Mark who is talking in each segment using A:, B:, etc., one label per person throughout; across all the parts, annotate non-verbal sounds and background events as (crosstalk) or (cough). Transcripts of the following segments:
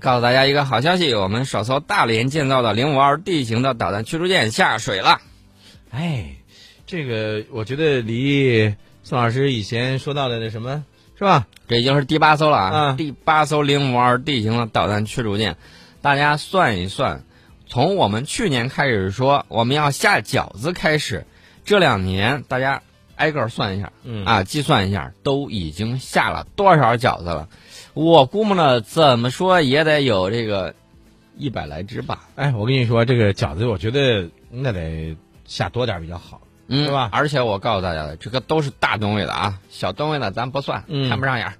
A: 告诉大家一个好消息，我们首艘大连建造的零五二 D 型的导弹驱逐舰下水了。
B: 哎，这个我觉得离宋老师以前说到的那什么是吧？
A: 这已经是第八艘了啊！
B: 啊
A: 第八艘零五二 D 型的导弹驱逐舰，大家算一算，从我们去年开始说我们要下饺子开始，这两年大家挨个儿算一下
B: 嗯
A: 啊，计算一下，都已经下了多少饺子了？我估摸着怎么说也得有这个一百来只吧，
B: 哎，我跟你说，这个饺子，我觉得那得下多点儿比较好。
A: 嗯，
B: 是吧
A: 而且我告诉大家的，这个都是大吨位的啊，小吨位的咱不算，
B: 嗯
A: 看不上眼儿。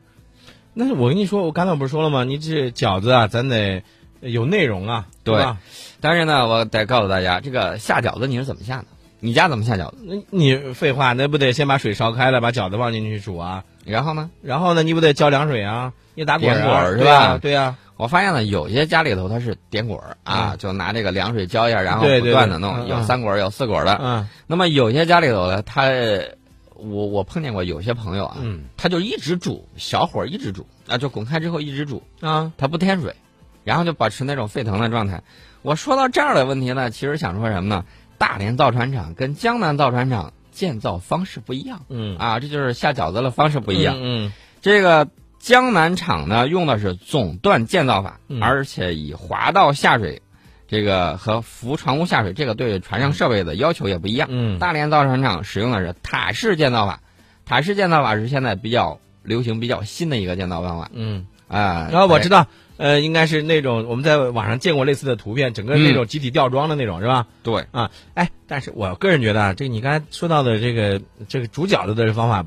B: 那我跟你说，我刚才不是说了吗？你这饺子啊，咱得有内容啊，
A: 对
B: 吧？
A: 但是呢，我得告诉大家，这个下饺子你是怎么下的？你家怎么下饺子？
B: 那你废话，那不得先把水烧开了，把饺子放进去煮啊？
A: 然后呢？
B: 然后呢，你不得浇凉水啊？你打滚
A: 点滚儿
B: 儿
A: 是吧
B: 对啊呀、
A: 我发现呢，有些家里头它是点滚儿啊，就拿这个凉水浇一下，然后
B: 嗯对
A: 不
B: 对
A: 断的
B: 对
A: 弄，
B: 嗯
A: 有
B: 嗯
A: 三滚儿，有四滚儿
B: 对
A: 的。
B: 啊，
A: 那么有些家里头呢，他我我碰见过有些朋友啊，
B: 嗯
A: 他就一直煮，小火一直煮，啊，就滚开之后一直煮，
B: 嗯啊，
A: 他不添水，然后就保持那种沸腾的状态。我说到这儿的问题呢，其实想说什么呢？大连造船厂跟江南造船厂建造方式不一样
B: 嗯，
A: 啊，这就是下饺子的方式不一样。
B: 嗯
A: 这个江南厂呢，用的是总段建造法，
B: 嗯
A: 而且以滑道下水，这个和浮船坞下水，这个对船上设备的要求也不一样。
B: 嗯
A: 大连造船厂使用的是塔式建造法，塔式建造法是现在比较流行、比较新的一个建造方法
B: 嗯，
A: 啊。
B: 然后我
A: 对
B: 知道，呃，应该是那种我们在网上见过类似的图片，整个那种集体吊装的那种，是吧？
A: 对，
B: 哎，但是我个人觉得啊，这个你刚才说到的这个这个煮饺子的方法，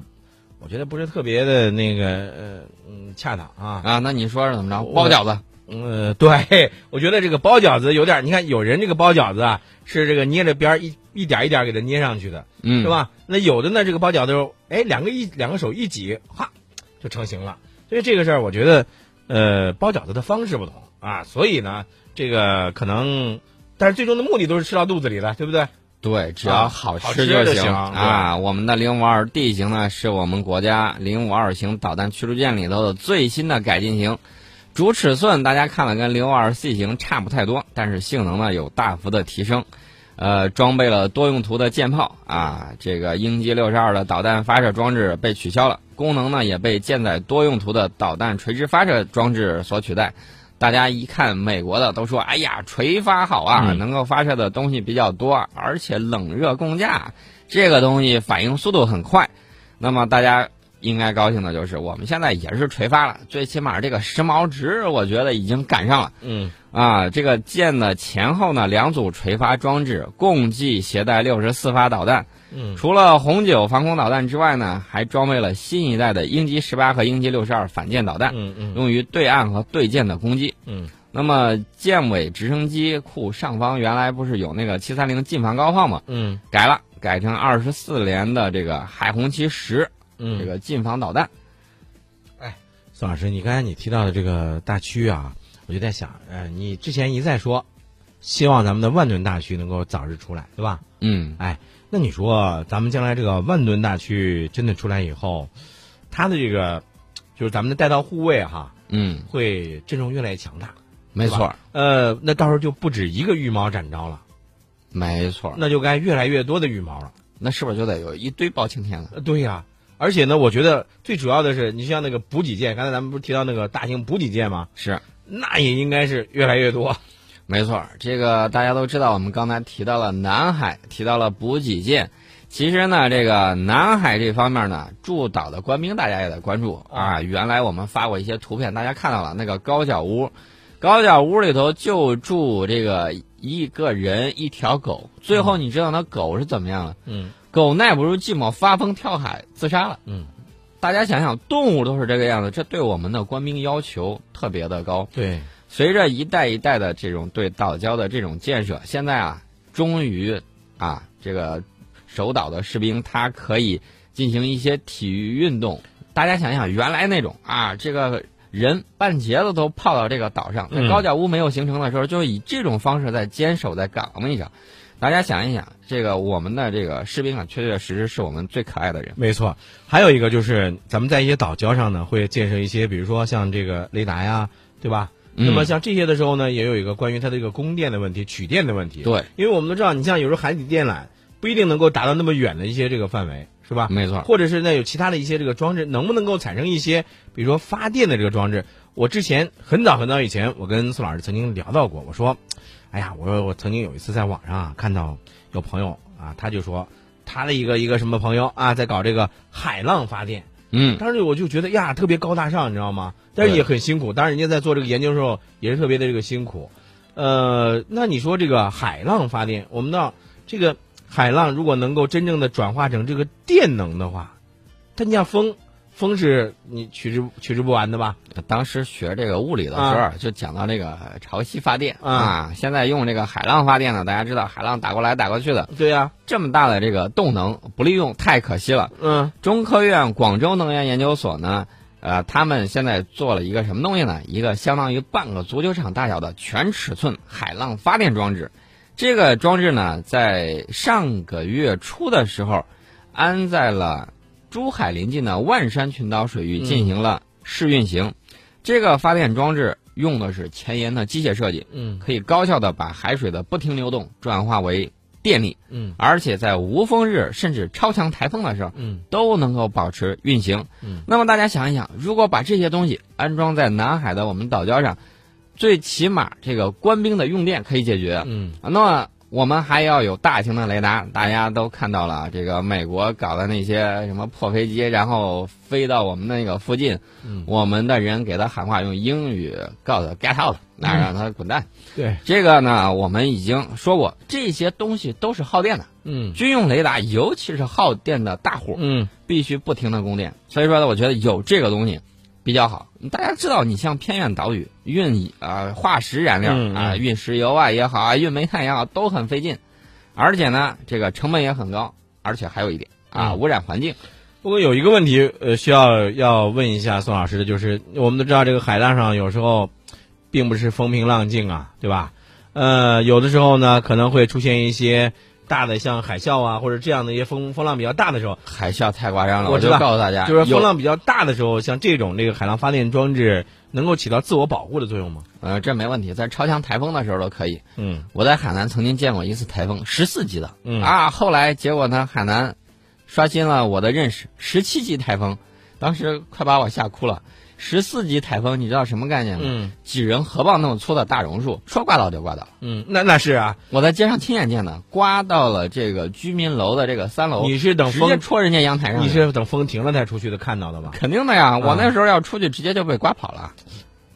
B: 我觉得不是特别的那个呃嗯恰当啊。
A: 啊，那你说是怎么着？
B: 我
A: 包饺子，
B: 嗯，对，我觉得这个包饺子有点儿，你看有人这个包饺子啊，是这个捏着边儿一一点儿一点儿给它捏上去的，
A: 嗯，
B: 是？吧？那有的呢，这个包饺子，哎，两个一两个手一挤，哈，就成型了。所以这个事儿，我觉得，呃，包饺子的方式不同啊，所以呢，这个可能，但是最终的目的都是吃到肚子里的，对不对？
A: 对，只要
B: 啊
A: 好
B: 好
A: 吃
B: 吃就
A: 行
B: 行
A: 啊。我们的零五二 D 型呢，是我们国家零五二型导弹驱逐舰里头的最新的改进型，主尺寸大家看了跟零五二 C 型差不太多，但是性能呢有大幅的提升。呃，装备了多用途的舰炮啊，这个鹰击六十二的导弹发射装置被取消了，功能呢也被舰载多用途的导弹垂直发射装置所取代。大家一看美国的都说，哎呀，垂发好啊，
B: 嗯
A: 能够发射的东西比较多，而且冷热共驾，这个东西反应速度很快。那么大家应该高兴的就是，我们现在也是垂发了，最起码这个时髦值，我觉得已经赶上了。
B: 嗯
A: 啊，这个舰的前后呢两组垂发装置，共计携带六十四发导弹。
B: 嗯
A: 除了红酒防空导弹之外呢，还装备了新一代的鹰击十八和鹰击六十二反舰导弹，
B: 嗯嗯
A: 用于对岸和对舰的攻击。
B: 嗯
A: 那么舰尾直升机库上方原来不是有那个七三零近防高炮吗？
B: 嗯
A: 改了，改成二十四连的这个海红旗十
B: 嗯，
A: 这个近防导弹。
B: 宋老师，你刚才你提到的这个大区啊，我就在想，呃，你之前一再说，希望咱们的万吨大区能够早日出来，对吧？
A: 嗯，
B: 那你说，咱们将来这个万吨大区真的出来以后，它的这个就是咱们的弹道护卫哈，
A: 嗯，
B: 会阵容越来越强大。
A: 没错儿，
B: 呃，那到时候就不止一个羽毛展昭了，
A: 没错儿，
B: 那就该越来越多的羽毛了。
A: 那是不是就得有一堆包青天了？
B: 呃对呀、而且呢，我觉得最主要的是，你像那个补给舰，刚才咱们不是提到那个大型补给舰吗？
A: 是。啊
B: 那也应该是越来越多。
A: 没错儿，这个大家都知道，我们刚才提到了南海，提到了补给舰。其实呢，这个南海这方面呢，驻岛的官兵大家也得关注啊。原来我们发过一些图片，大家看到了那个高脚屋，高脚屋里头就住这个一个人一条狗。最后你知道那狗是怎么样了？
B: 嗯
A: 狗耐不住寂寞，发疯跳海自杀了。
B: 嗯，
A: 大家想想，动物都是这个样子，这对我们的官兵要求特别的高。
B: 对，
A: 随着一代一代的这种对岛礁的这种建设，现在啊，终于啊，这个守岛的士兵他可以进行一些体育运动。大家想想，原来那种啊，这个人半截子都泡到这个岛上，在
B: 嗯
A: 高脚屋没有形成的时候，就以这种方式在坚守在岗位上。大家想一想，这个我们的这个士兵啊，确确实实是我们最可爱的人。
B: 没错，还有一个就是咱们在一些岛礁上呢，会建设一些，比如说像这个雷达呀，对吧？那么
A: 嗯
B: 像这些的时候呢，也有一个关于它的一个供电的问题、取电的问题。，
A: 对，
B: 因为我们都知道，你像有时候海底电缆不一定能够达到那么远的一些这个范围，是吧？
A: 啊没错，
B: 或者是呢有其他的一些这个装置，能不能够产生一些，比如说发电的这个装置？我之前很早很早以前，我跟宋老师曾经聊到过，我说，哎呀，我我曾经有一次在网上啊看到有朋友啊，他就说他的一个一个什么朋友啊，在搞这个海浪发电，
A: 嗯，
B: 当时我就觉得呀，特别高大上，你知道吗？但是
A: 对
B: 也很辛苦。当然，人家在做这个研究的时候也是特别的这个辛苦。呃，那你说这个海浪发电，我们知道这个海浪如果能够真正的转化成这个电能的话，它你像风，风是你取之取之不完的吧？
A: 当时学这个物理的时候，就讲到这个潮汐发电、
B: 啊
A: 啊，现在用这个海浪发电呢，大家知道海浪打过来打过去的，
B: 对呀、
A: 这么大的这个动能不利用太可惜了。
B: 嗯
A: 中科院广州能源研究所呢，呃，他们现在做了一个什么东西呢？一个相当于半个足球场大小的全尺寸海浪发电装置。这个装置呢，在上个月初的时候，安在了珠海临近的万山群岛水域
B: 嗯
A: 进行了试运行。这个发电装置用的是前沿的机械设计，
B: 嗯
A: 可以高效的把海水的不停流动转化为电力，
B: 嗯
A: 而且在无风日甚至超强台风的时候，
B: 嗯
A: 都能够保持运行。
B: 嗯
A: 那么大家想一想，如果把这些东西安装在南海的我们岛礁上，最起码这个官兵的用电可以解决。
B: 嗯
A: 啊那么我们还要有大型的雷达，大家都看到了，这个美国搞的那些什么破飞机，然后飞到我们那个附近，
B: 嗯，
A: 我们的人给他喊话，用英语告诉他 “get out”，那
B: 嗯
A: 让他滚蛋。
B: 对，
A: 这个呢，我们已经说过，这些东西都是耗电的，
B: 嗯
A: 军用雷达尤其是耗电的大户。
B: 嗯
A: 必须不停的供电。所以说呢，我觉得有这个东西比较好。大家知道，你像偏远岛屿运啊、化石燃料啊、
B: 嗯嗯
A: 运石油啊也好啊，运煤炭也好，都很费劲，而且呢，这个成本也很高，而且还有一点啊，
B: 嗯
A: 污染环境。
B: 不过有一个问题，呃，需要要问一下宋老师的，就是我们都知道这个海浪上有时候，并不是风平浪静啊，对吧？呃，有的时候呢，可能会出现一些大的像海啸啊，或者这样的一些风风浪比较大的时候，
A: 海啸太夸张了，
B: 我
A: 我
B: 知
A: 就
B: 道
A: 告诉大家，
B: 就是
A: 啊有
B: 风浪比较大的时候，像这种这个海浪发电装置能够起到自我保护的作用吗？
A: 呃，这没问题，在超强台风的时候都可以。
B: 嗯
A: 我在海南曾经见过一次台风，十四级的，
B: 嗯
A: 啊，后来结果呢，海南刷新了我的认识，十七级台风，当时快把我吓哭了。十四级台风，你知道什么概念吗？
B: 嗯
A: 几人合抱那么粗的大榕树，说刮倒就刮倒。
B: 嗯，那那是啊，
A: 我在街上亲眼见的，刮到了这个居民楼的这个三楼，
B: 你是等
A: 哦直接
B: 风，
A: 戳人家阳台上去。
B: 你是等风停了才出去的看到的吧？
A: 肯定的呀，我
B: 嗯
A: 那时候要出去，直接就被刮跑了。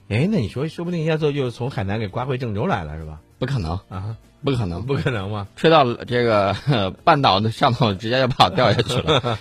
B: 哎，那你说说不定一下子就从海南给刮回郑州来了是吧？
A: 不可能，
B: 啊，
A: 不可能，
B: 不可能吗？
A: (laughs) 吹到这个呵半岛的上头，直接就把我掉下去了。